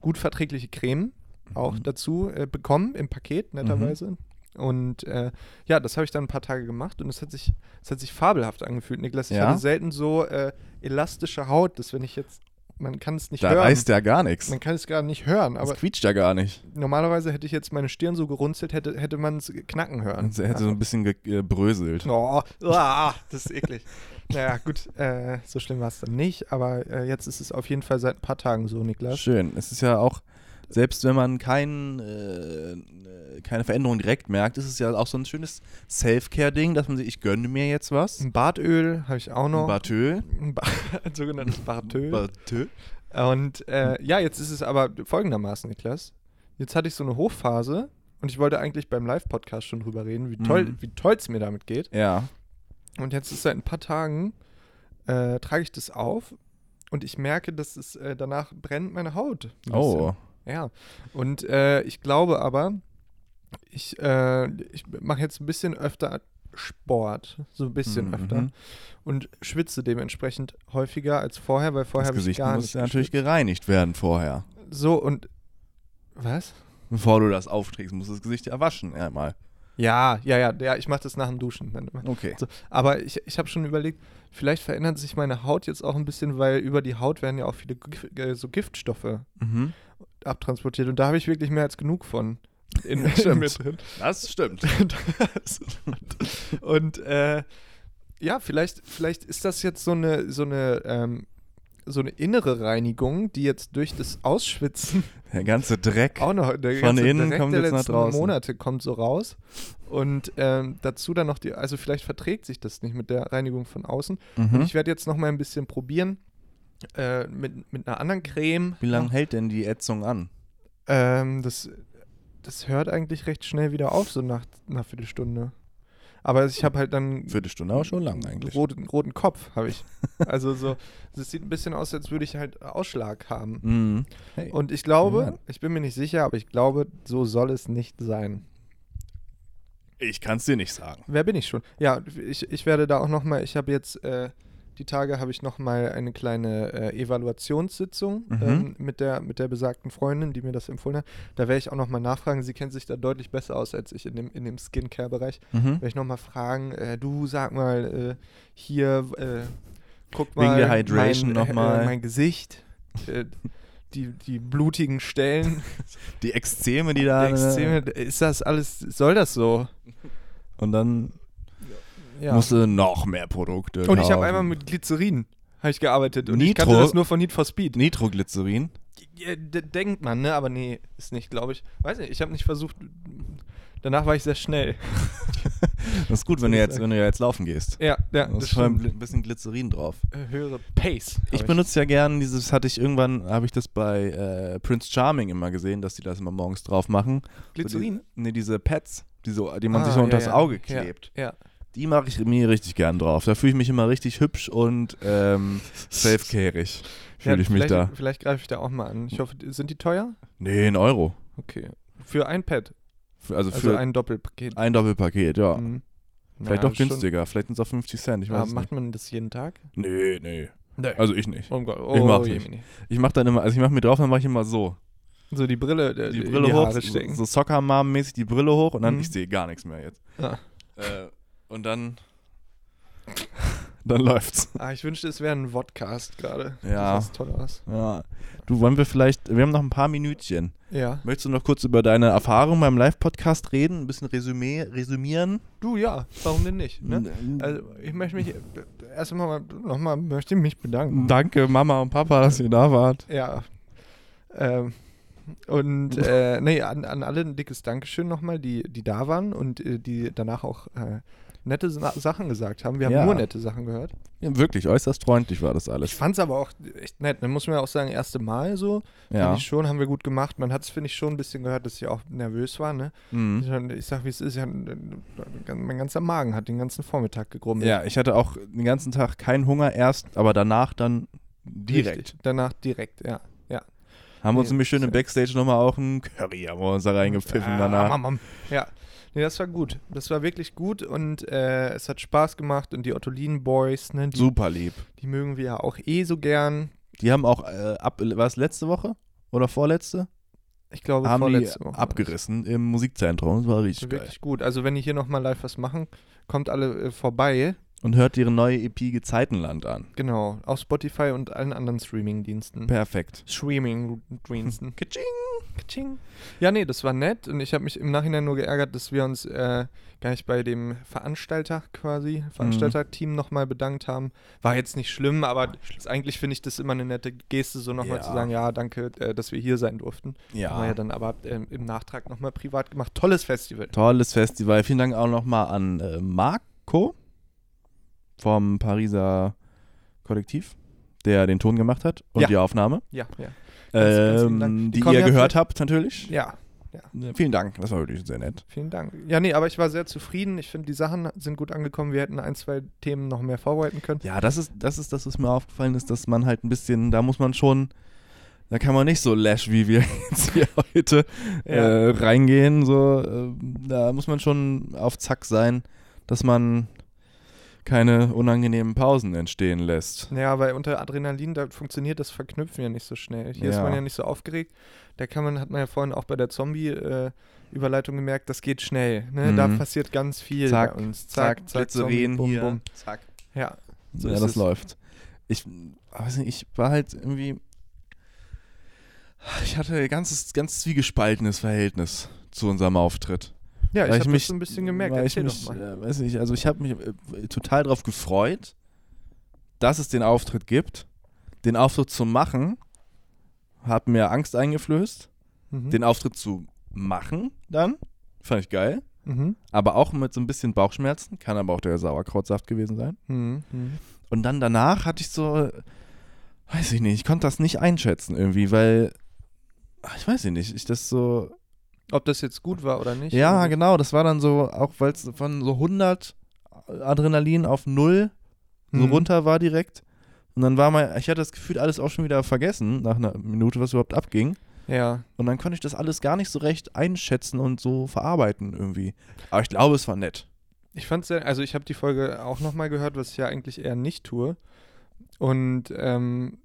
B: gut verträgliche Creme auch
A: Mhm.
B: dazu äh, bekommen im Paket, netterweise. Und äh, ja, das habe ich dann ein paar Tage gemacht und es hat sich, es hat sich fabelhaft angefühlt, Niklas. Ich
A: Ja?
B: hatte selten so äh, elastische Haut, dass wenn ich jetzt, man kann es nicht
A: da
B: hören.
A: reißt ja gar nichts.
B: man kann es gar nicht hören,
A: Das
B: aber
A: quietscht ja gar nicht.
B: normalerweise hätte ich jetzt meine Stirn so gerunzelt, hätte, hätte man es knacken hören.
A: Es hätte so ein bisschen äh, gebröselt.
B: Oh, uah, das ist eklig. naja, gut, äh, so schlimm war es dann nicht, aber äh, jetzt ist es auf jeden Fall seit ein paar Tagen so, Niklas.
A: Schön. Es ist ja auch, selbst wenn man kein, äh, keine Veränderung direkt merkt, ist es ja auch so ein schönes Self-Care-Ding, dass man sich, ich gönne mir jetzt was.
B: Ein Bartöl habe ich auch noch.
A: Batö.
B: Ein ba ein sogenanntes Bartöl.
A: Batö.
B: Und äh, ja, jetzt ist es aber folgendermaßen, Niklas. Jetzt hatte ich so eine Hochphase und ich wollte eigentlich beim Live-Podcast schon drüber reden, wie toll
A: Mhm.
B: wie toll es mir damit geht.
A: Ja.
B: Und jetzt ist seit ein paar Tagen, äh, trage ich das auf und ich merke, dass es äh, danach brennt meine Haut. ein bisschen.
A: Oh.
B: Ja, und äh, ich glaube aber, ich, äh, ich mache jetzt ein bisschen öfter Sport, so ein bisschen
A: Mhm.
B: öfter und schwitze dementsprechend häufiger als vorher, weil vorher
A: Das
B: habe ich
A: Gesicht
B: gar
A: muss
B: nicht
A: ja natürlich gereinigt werden vorher.
B: geschwitzt. So und was?
A: Bevor du das aufträgst, musst du das Gesicht ja waschen einmal.
B: Ja, ja, ja, ja, ich mache das nach dem Duschen. Dann immer.
A: Okay.
B: So, aber ich, ich habe schon überlegt, vielleicht verändert sich meine Haut jetzt auch ein bisschen, weil über die Haut werden ja auch viele Gif äh, so Giftstoffe
A: Mhm.
B: abtransportiert. Und da habe ich wirklich mehr als genug von. In,
A: Ja, stimmt.
B: mit drin.
A: Das stimmt.
B: Das- und äh, ja, vielleicht, vielleicht ist das jetzt so eine, so eine, ähm, so eine innere Reinigung, die jetzt durch das Ausschwitzen
A: Der ganze Dreck.
B: auch noch der
A: Von
B: ganze
A: innen
B: Dreck
A: kommt
B: der
A: jetzt nach
B: letzten
A: draußen.
B: Monate kommt so raus. Und ähm, dazu dann noch die, also vielleicht verträgt sich das nicht mit der Reinigung von außen. Und
A: Mhm.
B: ich werde jetzt noch mal ein bisschen probieren äh, mit, mit einer anderen Creme.
A: Wie lange hält denn die Ätzung an?
B: Ähm, das, das hört eigentlich recht schnell wieder auf, so nach einer Viertelstunde. Aber ich habe halt dann
A: Viertelstunde, aber schon lang eigentlich.
B: roten, roten Kopf, habe ich. Also so, es sieht ein bisschen aus, als würde ich halt Ausschlag haben.
A: Mhm. Hey.
B: Und ich glaube,
A: Ja.
B: ich bin mir nicht sicher, aber ich glaube, so soll es nicht sein.
A: Ich kann es dir nicht sagen.
B: Wer bin ich schon? Ja, ich, ich werde da auch noch mal, ich habe jetzt äh, die Tage habe ich noch mal eine kleine äh, Evaluationssitzung
A: Mhm.
B: ähm, mit der mit der besagten Freundin, die mir das empfohlen hat. Da werde ich auch noch mal nachfragen, sie kennt sich da deutlich besser aus als ich in dem in dem Skincare Bereich.
A: Mhm.
B: Werde ich noch mal fragen, äh, du sag mal äh, hier äh, guck
A: Wegen
B: mal
A: der Hydration
B: mein,
A: noch mal.
B: äh, mein Gesicht äh, die die blutigen Stellen,
A: Die Extreme, die da.
B: der Extreme, ist das alles soll das so?
A: Und dann
B: Ja.
A: musst du noch mehr Produkte.
B: Und ich habe
A: kaufen.
B: einmal mit Glycerin hab ich gearbeitet und ich
A: Nitro?
B: kannte das nur von Need for Speed.
A: Nitroglycerin.
B: Ja, d- Denkt man, ne? Aber nee, ist nicht, glaube ich. Weiß nicht, ich habe nicht versucht. Danach war ich sehr schnell.
A: Das ist gut, wenn du jetzt, wenn du jetzt laufen gehst.
B: Ja,
A: Da
B: ja,
A: ist
B: das
A: schon ein
B: schon
A: bl- bisschen Glycerin drauf.
B: höhere Pace. hab
A: Ich benutze ja gern dieses, hatte ich irgendwann, habe ich das bei äh, Prince Charming immer gesehen, dass die das immer morgens drauf machen. So
B: Glycerin.
A: die, nee, ne, diese Pads, die, so, die man
B: Ah,
A: sich so
B: ja,
A: unter das
B: ja.
A: Auge klebt.
B: Ja.
A: Die mache ich mir richtig gern drauf. Da fühle ich mich immer richtig hübsch und ähm, self-carig. Fühle
B: ja,
A: ich mich
B: vielleicht-
A: da.
B: Vielleicht greife ich da auch mal an. Ich hoffe, die- sind die teuer?
A: Nee, ein Euro.
B: Okay. Für ein Pad,
A: Für, also,
B: also
A: für ein,
B: ein Doppelpaket.
A: Doppelpaket, ja.
B: Mhm.
A: Vielleicht
B: Ja,
A: auch günstiger. Vielleicht sind es auch 50 Cent. Ich
B: Schon, aber
A: weiß es nicht.
B: Ah, macht man das jeden Tag?
A: Nee, nee.
B: Nee.
A: Also ich nicht.
B: Oh Gott, oh,
A: Ich mach's nicht.
B: Jemini.
A: Ich mache dann immer, also ich mache mir drauf, dann mache ich immer so.
B: So die Brille, äh,
A: die
B: in
A: Brille
B: die
A: hoch,
B: Haare
A: so,
B: stecken.
A: so Soccer-Mom-mäßig die Brille hoch und dann,
B: Mhm. Ah.
A: ich sehe gar nichts mehr jetzt.
B: Ja.
A: Äh, und dann, dann läuft's.
B: Ah, ich wünschte, es wäre ein Vodcast gerade.
A: Ja.
B: Das ist toll aus.
A: Ja. Du, wollen wir vielleicht, wir haben noch ein paar Minütchen.
B: Ja.
A: Möchtest du noch kurz über deine Erfahrung beim Live-Podcast reden, ein bisschen Resümee, resümieren?
B: Du, ja. Warum denn nicht? Ne?
A: N-
B: Also, ich möchte mich äh, erst einmal nochmal möchte ich mich bedanken.
A: Danke, Mama und Papa, dass ihr da wart.
B: Ja. Ähm, und äh, nee, an, an alle ein dickes Dankeschön nochmal, die, die da waren und äh, die danach auch äh, nette Sa Sachen gesagt haben. Wir haben
A: Ja.
B: nur nette Sachen gehört.
A: Ja, wirklich, äußerst freundlich war das
B: Ich
A: alles.
B: fand es aber auch echt nett. Ne? Muss man ja auch sagen, erste Mal so. Fand
A: Ja.
B: Ich schon, haben wir gut gemacht. Man hat es, finde ich, schon ein bisschen gehört, dass sie auch nervös waren. Ne?
A: Mhm.
B: Ich- Ich sag, wie es ist. Ich hab, mein ganzer Magen hat den ganzen Vormittag gegrummelt.
A: Ja, ich hatte auch den ganzen Tag keinen Hunger erst, aber danach dann direkt.
B: Richtig. Danach direkt, ja. ja.
A: Haben wir uns
B: Nee,
A: nämlich schön im
B: sehr-
A: Backstage nochmal auch einen Curry haben wir uns da reingepfiffen
B: Ah,
A: danach.
B: Mam, mam. Ja. Nee, das war gut. Das war wirklich gut und äh, es hat Spaß gemacht. Und die Ottolin Boys, ne, die,
A: Super lieb.
B: die mögen wir ja auch eh so gern.
A: Die haben auch äh, ab, war es letzte Woche oder vorletzte?
B: Ich glaube,
A: haben die
B: vorletzte Woche.
A: abgerissen im Musikzentrum. Das war
B: Das
A: richtig
B: war
A: geil.
B: Wirklich gut. Also, wenn ihr hier nochmal live was machen, kommt alle äh, vorbei.
A: Und hört ihre neue
B: E
A: EP Gezeitenland an.
B: Genau. Auf Spotify und allen anderen Streaming-Diensten.
A: Perfekt.
B: Streaming-Diensten.
A: Kitsching.
B: Katsching. Ja, nee, das war nett und ich habe mich im Nachhinein nur geärgert, dass wir uns äh, gar nicht bei dem Veranstalter quasi, Veranstalterteam nochmal bedankt haben. Mhm. War jetzt nicht schlimm, aber ist, eigentlich finde ich das immer eine nette Geste, so nochmal
A: Ja.
B: zu sagen, ja, danke, äh, dass wir hier sein durften. Haben wir
A: Ja.
B: ja dann aber ähm, im Nachtrag nochmal privat gemacht. Tolles Festival.
A: Tolles Festival. Vielen Dank auch nochmal an äh, Marco vom Pariser Kollektiv, der den Ton gemacht hat und
B: Ja.
A: die Aufnahme.
B: Ja, ja. Ganz, ganz lieben Dank.
A: Ähm,
B: Die
A: die
B: kommen
A: ihr
B: ja
A: gehört habt, natürlich.
B: Ja,
A: Vielen Dank. Das war wirklich sehr nett.
B: vielen Dank. Ja, nee, aber ich war sehr zufrieden. Ich finde, die Sachen sind gut angekommen. Wir hätten ein, zwei Themen noch mehr vorbereiten können.
A: Ja, das ist, das ist das, was mir aufgefallen ist, dass man halt ein bisschen, da muss man schon, da kann man nicht so lash, wie wir jetzt hier heute
B: Ja.
A: äh, reingehen. So, äh, da muss man schon auf Zack sein, dass man keine unangenehmen Pausen entstehen lässt.
B: Ja, weil unter Adrenalin, da funktioniert das Verknüpfen ja nicht so schnell. Hier ist
A: Ja.
B: man ja nicht so aufgeregt. Da kann man, hat man ja vorhin auch bei der Zombie-Überleitung gemerkt, das geht schnell. Ne? Da
A: Mhm.
B: passiert ganz viel
A: Zack,
B: bei uns. Zack, zack,
A: Glycerin
B: Zombie,
A: hier.
B: bum.
A: Zack.
B: Ja, So
A: ja,
B: ist
A: das
B: es.
A: läuft. Ich weiß nicht, ich war halt irgendwie. Ich hatte ein ganzes, ganz zwiegespaltenes Verhältnis zu unserem Auftritt.
B: ja ich
A: Weil
B: habe das
A: mich-
B: so ein bisschen gemerkt.
A: Weil ich
B: Erzähl
A: mich,
B: doch
A: äh,
B: mal.
A: weiß nicht, also ich habe mich äh, total darauf gefreut, dass es den Auftritt gibt. Den Auftritt zu machen, hat mir Angst eingeflößt.
B: Mhm.
A: äh, Den Auftritt zu machen dann, fand ich geil.
B: Mhm.
A: Aber auch mit so ein bisschen Bauchschmerzen, kann aber auch der Sauerkrautsaft gewesen sein.
B: Mhm. Mhm.
A: Und dann danach hatte ich so, weiß ich nicht, ich konnte das nicht einschätzen irgendwie, weil, ach, ich weiß ich nicht, ich das so,
B: Ob das jetzt gut war oder nicht. Mhm.
A: ja
B: oder-
A: genau, das war dann so, auch weil es von so 100 Adrenalin auf 0 so
B: Mhm.
A: runter war direkt. Und dann war mal, ich hatte das Gefühl, alles auch schon wieder vergessen, nach einer Minute, was überhaupt abging.
B: Ja,
A: Und dann konnte ich das alles gar nicht so recht einschätzen und so verarbeiten irgendwie. Aber ich glaube, es war nett.
B: Ich fand's sehr, also ich habe die Folge auch nochmal gehört, was ich ja eigentlich eher nicht tue. Und ähm,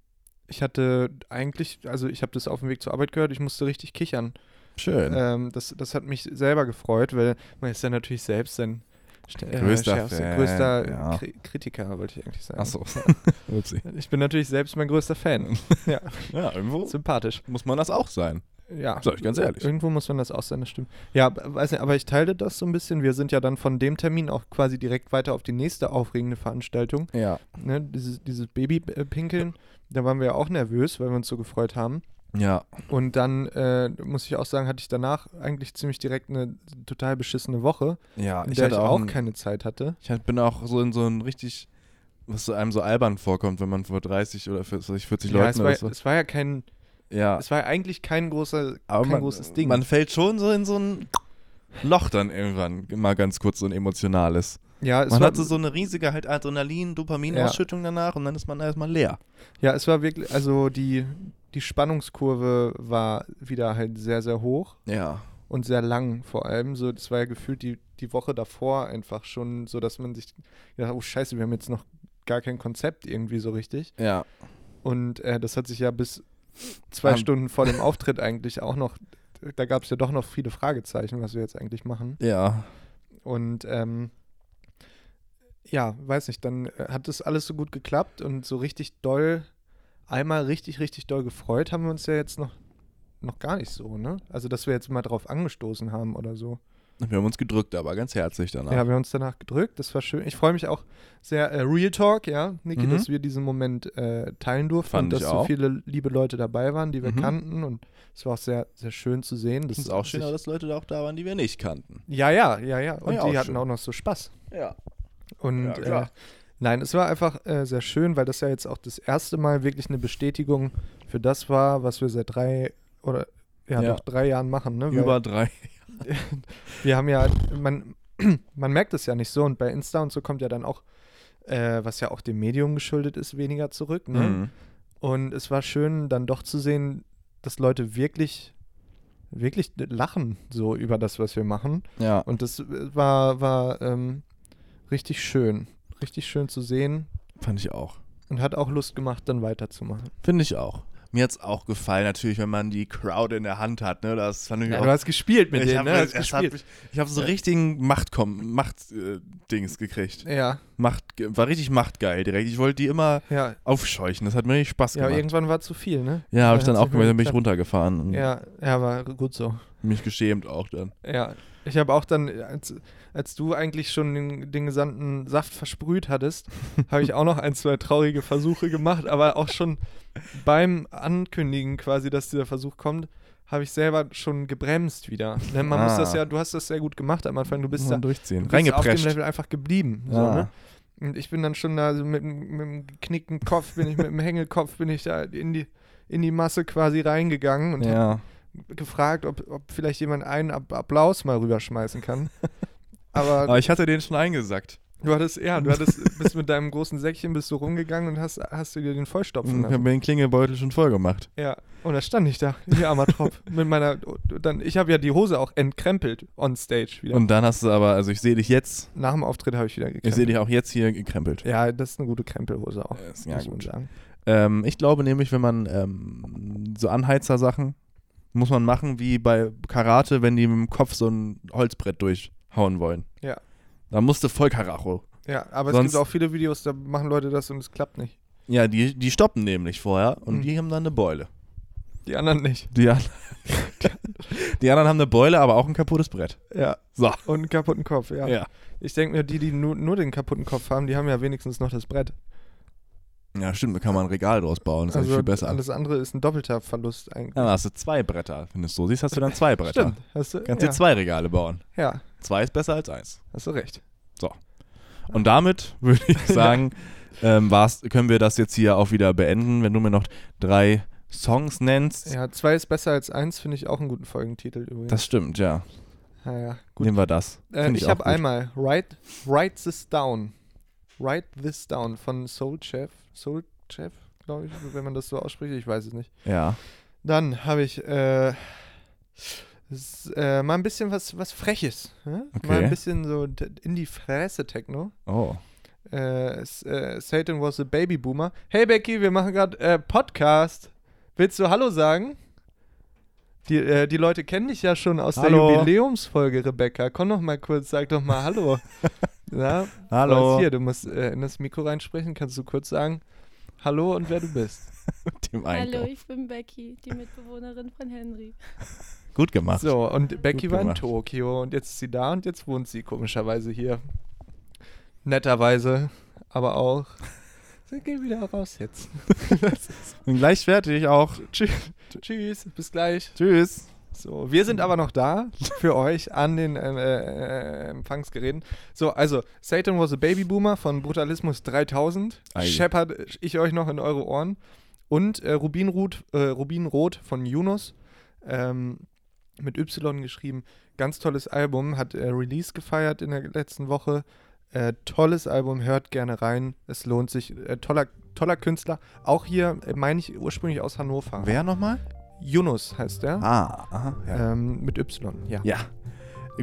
B: ich hatte eigentlich, also ich habe das auf dem Weg zur Arbeit gehört, ich musste richtig kichern.
A: Schön.
B: Ähm, das, das hat mich selber gefreut, weil man ist ja natürlich selbst sein st- äh,
A: Größter Fan,
B: größter
A: ja.
B: Kri Kritiker, wollte ich eigentlich sagen.
A: Achso. Upsi.
B: Ich bin natürlich selbst mein größter Fan. ja,
A: Ja, irgendwo
B: sympathisch.
A: muss man das auch sein.
B: Ja.
A: Sag ich ganz ehrlich.
B: Irgendwo muss man das auch sein, das stimmt. Ja, b- weiß nicht, aber ich teile das so ein bisschen. Wir sind ja dann von dem Termin auch quasi direkt weiter auf die nächste aufregende Veranstaltung.
A: Ja.
B: Ne? Dieses, dieses Baby-Pinkeln, da waren wir ja auch nervös, weil wir uns so gefreut haben.
A: Ja.
B: Und dann, äh, muss ich auch sagen, hatte ich danach eigentlich ziemlich direkt eine total beschissene Woche,
A: Ja, Ah,
B: in
A: ich
B: der
A: hatte
B: ich
A: auch,
B: auch
A: ein-
B: keine Zeit hatte.
A: Ich halt bin auch so in so ein richtig, was so einem so albern vorkommt, wenn man vor 30 oder 40, 40
B: Ja,
A: Leuten
B: es, war,
A: oder so.
B: es war ja kein,
A: Ja,
B: es war ja eigentlich kein, großer,
A: aber
B: kein
A: man,
B: großes Ding.
A: man fällt schon so in so ein Loch dann irgendwann, mal ganz kurz so ein emotionales.
B: ja, es
A: man
B: war,
A: hatte so eine riesige halt Adrenalin, Dopaminausschüttung danach und dann ist man erstmal leer.
B: ja, es war wirklich, also die, die Spannungskurve war wieder halt sehr, sehr hoch
A: Ja.
B: und sehr lang vor allem. So, das war ja gefühlt die, die Woche davor einfach schon so, dass man sich gedacht, oh scheiße, wir haben jetzt noch gar kein Konzept irgendwie so richtig.
A: Ja.
B: Und äh, das hat sich ja bis zwei
A: Am-
B: Stunden vor dem Auftritt eigentlich auch noch, da gab es ja doch noch viele Fragezeichen, was wir jetzt eigentlich machen.
A: Ja.
B: Und ähm, ja, weiß nicht, dann äh, hat das alles so gut geklappt und so richtig doll, einmal richtig, richtig doll gefreut haben wir uns ja jetzt noch, noch gar nicht so, ne? Also, dass wir jetzt mal drauf angestoßen haben oder so.
A: Wir haben uns gedrückt, aber ganz herzlich danach.
B: Ja, wir haben uns danach gedrückt, das war schön. Ich freue mich auch sehr, äh, Real Talk, ja, Niki,
A: Mhm.
B: dass wir diesen Moment äh, teilen durften
A: Fand
B: und dass
A: ich
B: so
A: auch.
B: viele liebe Leute dabei waren, die wir
A: Mhm.
B: kannten und es war auch sehr, sehr schön zu sehen. Das
A: Es ist auch schön,
B: sich-
A: dass Leute da auch da waren, die wir nicht kannten.
B: Ja, ja, ja, ja. Und
A: ja,
B: die
A: auch
B: hatten
A: schön.
B: auch noch so Spaß.
A: Ja.
B: Und
A: Ja, klar.
B: äh, nein, es war einfach äh, sehr schön, weil das ja jetzt auch das erste Mal wirklich eine Bestätigung für das war, was wir seit drei oder ja,
A: Ja.
B: noch drei Jahren machen. Ne? Weil
A: Über drei.
B: wir haben ja, man, man merkt es ja nicht so und bei Insta und so kommt ja dann auch, äh, was ja auch dem Medium geschuldet ist, weniger zurück. Ne?
A: Mhm.
B: Und es war schön, dann doch zu sehen, dass Leute wirklich, wirklich lachen so über das, was wir machen.
A: Ja.
B: Und das äh, war, war ähm, richtig schön. Richtig schön zu sehen
A: Fand ich auch.
B: und hat auch Lust gemacht, dann weiterzumachen.
A: Finde ich auch. Mir hat es auch gefallen, natürlich, wenn man die Crowd in der Hand hat. Ne? Das fand ich auch.
B: hast gespielt
A: ich
B: denen,
A: hab-
B: ne? Du hast
A: es hat
B: gespielt.
A: mich- ich habe so richtigen Macht-Dings Macht, äh, Dings gekriegt.
B: Ja,
A: Macht, war richtig machtgeil direkt. Ich wollte die immer
B: ja.
A: aufscheuchen. Das hat mir richtig Spaß
B: Ja,
A: gemacht.
B: irgendwann war zu viel, ne?
A: Ja, habe ich dann
B: hat's
A: auch
B: nicht mehr
A: gemerkt, dann bin ich
B: geklappt.
A: runtergefahren und
B: Ja, ja, war gut so.
A: mich geschämt auch dann.
B: Ja, ich habe auch dann, als, als du eigentlich schon den, den gesamten Saft versprüht hattest, habe ich auch noch ein, zwei traurige Versuche gemacht, aber auch schon beim Ankündigen quasi, dass dieser Versuch kommt, habe ich selber schon gebremst wieder. Ne, Man muss
A: Ah.
B: das ja, du hast das sehr gut gemacht am Anfang, du bist da
A: Und durchziehen.
B: du bist auf dem
A: Reingeprescht.
B: Level einfach geblieben. So,
A: Ah.
B: ne? Und ich bin dann schon da so mit, dem- mit dem geknickten Kopf, bin ich mit dem Hängekopf, bin ich da in die, in die Masse quasi reingegangen und hab
A: Ja.
B: gefragt, ob, ob vielleicht jemand einen Ab Applaus mal rüberschmeißen kann. Aber
A: Aber ich hatte den schon eingesackt.
B: Du hattest, ja, du hattest, bist mit deinem großen Säckchen bist du rumgegangen und hast, hast du dir den vollstopfen
A: Ich
B: lassen.
A: habe mir den Klingelbeutel schon voll gemacht.
B: Ja, und da stand ich da, wie armer Tropf. mit meiner, dann, ich habe ja die Hose auch entkrempelt on stage wieder.
A: Und dann hast du aber, also ich sehe dich jetzt,
B: Nach dem Auftritt habe ich wieder gekrempelt.
A: ich sehe dich auch jetzt hier gekrempelt.
B: Ja, das ist eine gute Krempelhose auch,
A: Äh,
B: muss man sagen.
A: Ähm, ich glaube nämlich, wenn man ähm, so Anheizersachen muss man machen wie bei Karate, wenn die mit dem Kopf so ein Holzbrett durchhauen wollen.
B: Ja.
A: Da musste voll Karacho.
B: Ja, aber es
A: Sonst-
B: gibt auch viele Videos, da machen Leute das und es klappt nicht.
A: Ja, die, die stoppen nämlich vorher und
B: Mhm.
A: die haben dann eine Beule.
B: Die anderen nicht.
A: Die, an die anderen haben eine Beule, aber auch ein kaputtes Brett.
B: Ja.
A: So.
B: Und einen kaputten Kopf, ja.
A: Ja,
B: Ich denke mir, die, die nur, nur den kaputten Kopf haben, die haben ja wenigstens noch das Brett.
A: ja stimmt, da kann man ein Regal draus bauen. Das ist
B: also
A: viel besser.
B: alles andere ist ein doppelter Verlust eigentlich.
A: Dann hast du zwei Bretter. Wenn du es so siehst, hast du dann zwei Bretter.
B: Stimmt. Hast du,
A: Kannst
B: ja.
A: dir zwei Regale bauen.
B: Ja,
A: Zwei ist besser als eins.
B: hast du recht.
A: Und damit würde ich sagen, ähm, war's, können wir das jetzt hier auch wieder beenden, wenn du mir noch drei Songs nennst.
B: Ja, zwei ist besser als eins, finde ich auch einen guten Folgentitel übrigens.
A: Das stimmt, ja.
B: ja, ja, gut.
A: Nehmen wir das.
B: Äh,
A: Finde
B: ich
A: auch
B: habe
A: gut.
B: einmal write, write This Down. Write This Down von Soul Chef. Soul Chef, glaube ich, wenn man das so ausspricht. Ich weiß es nicht.
A: Ja.
B: Dann habe ich äh, s- äh, mal ein bisschen was, was Freches. ne? Mal
A: Okay.
B: ein bisschen so t- in die Fresse Techno.
A: Oh.
B: Äh, s- äh, Satan was a Baby Boomer. Hey Becky, wir machen gerade äh, Podcast. Willst du Hallo sagen? Die, äh, die Leute kennen dich ja schon aus
A: Hallo.
B: der Jubiläumsfolge, Rebecca. Komm doch mal kurz, sag doch mal Hallo. Na,
A: Hallo.
B: was Hier, du musst äh, in das Mikro reinsprechen, kannst du kurz sagen Hallo und wer du bist.
A: Dem
C: Hallo,
A: Einkauf.
C: ich bin Becky, die Mitbewohnerin von Henry.
A: Gut gemacht.
B: So, und Becky war in
A: gemacht.
B: Tokio und jetzt ist sie da und jetzt wohnt sie komischerweise hier. Netterweise, aber auch. Sie geht wieder raus jetzt.
A: Und gleich fertig auch.
B: Tschüss, bis gleich.
A: Tschüss.
B: So, wir sind aber noch da für euch an den äh, äh, äh, Empfangsgeräten. So, also Satan was a Baby Boomer von Brutalismus 3000.
A: Ei.
B: Shepherd ich euch noch in eure Ohren. Und äh, Rubinrot, äh, Rubinrot von Yunus. Ähm, mit Y geschrieben. Ganz tolles Album. Hat äh, Release gefeiert in der letzten Woche. Äh, tolles Album. Hört gerne rein. Es lohnt sich. Äh, toller, toller Künstler. Auch hier, äh, meine ich, ursprünglich aus Hannover.
A: Wer nochmal?
B: Yunus heißt der.
A: Ah, aha. Ja.
B: Ähm, mit Y, ja.
A: ja.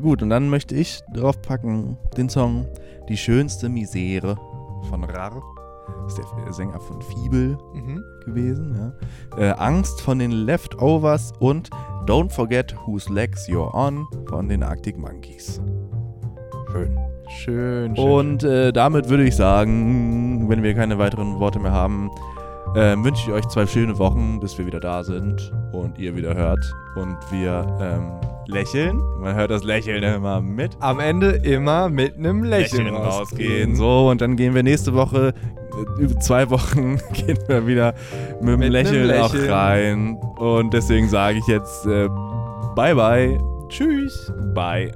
A: Gut, und dann möchte ich draufpacken den Song Die schönste Misere von Rar. Das ist der Sänger von Fiebel.
B: Mhm.
A: gewesen. Ja. Äh, Angst von den Leftovers und Don't Forget Whose Legs You're On von den Arctic Monkeys. Schön.
B: Schön, schön.
A: Und äh, damit würde ich sagen, wenn wir keine weiteren Worte mehr haben, äh, wünsche ich euch zwei schöne Wochen, bis wir wieder da sind und ihr wieder hört und wir ähm, lächeln. Man hört das Lächeln immer mit.
B: am Ende immer mit einem Lächeln,
A: Lächeln rausgehen. So, und dann gehen wir nächste Woche, äh, über zwei Wochen, gehen wir wieder mit einem
B: Mit
A: Lächeln,
B: einem
A: auch
B: Lächeln.
A: rein. Und deswegen sage ich jetzt äh, bye bye.
B: Tschüss.
A: Bye.